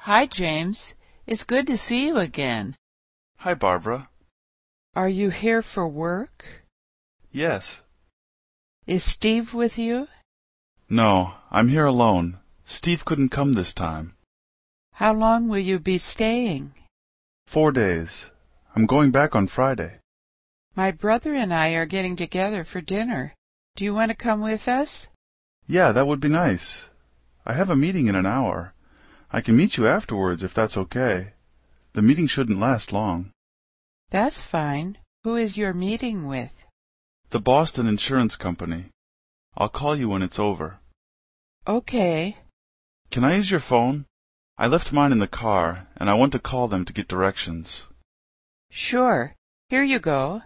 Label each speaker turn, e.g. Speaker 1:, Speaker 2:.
Speaker 1: Hi, James. It's good to see you again.
Speaker 2: Hi, Barbara.
Speaker 3: Are you here for work?
Speaker 2: Yes.
Speaker 3: Is Steve with you?
Speaker 2: No, I'm here alone. Steve couldn't come this time.
Speaker 3: How long will you be staying?
Speaker 2: Four days. I'm going back on Friday.
Speaker 3: My brother and I are getting together for dinner. Do you want to come with us?
Speaker 2: Yeah, that would be nice. I have a meeting in an hour. I can meet you afterwards if that's okay. The meeting shouldn't last long.
Speaker 3: That's fine. Who is your meeting with?
Speaker 2: The Boston Insurance Company. I'll call you when it's over.
Speaker 3: Okay.
Speaker 2: Can I use your phone? I left mine in the car, and I want to call them to get directions.
Speaker 3: Sure. Here you go.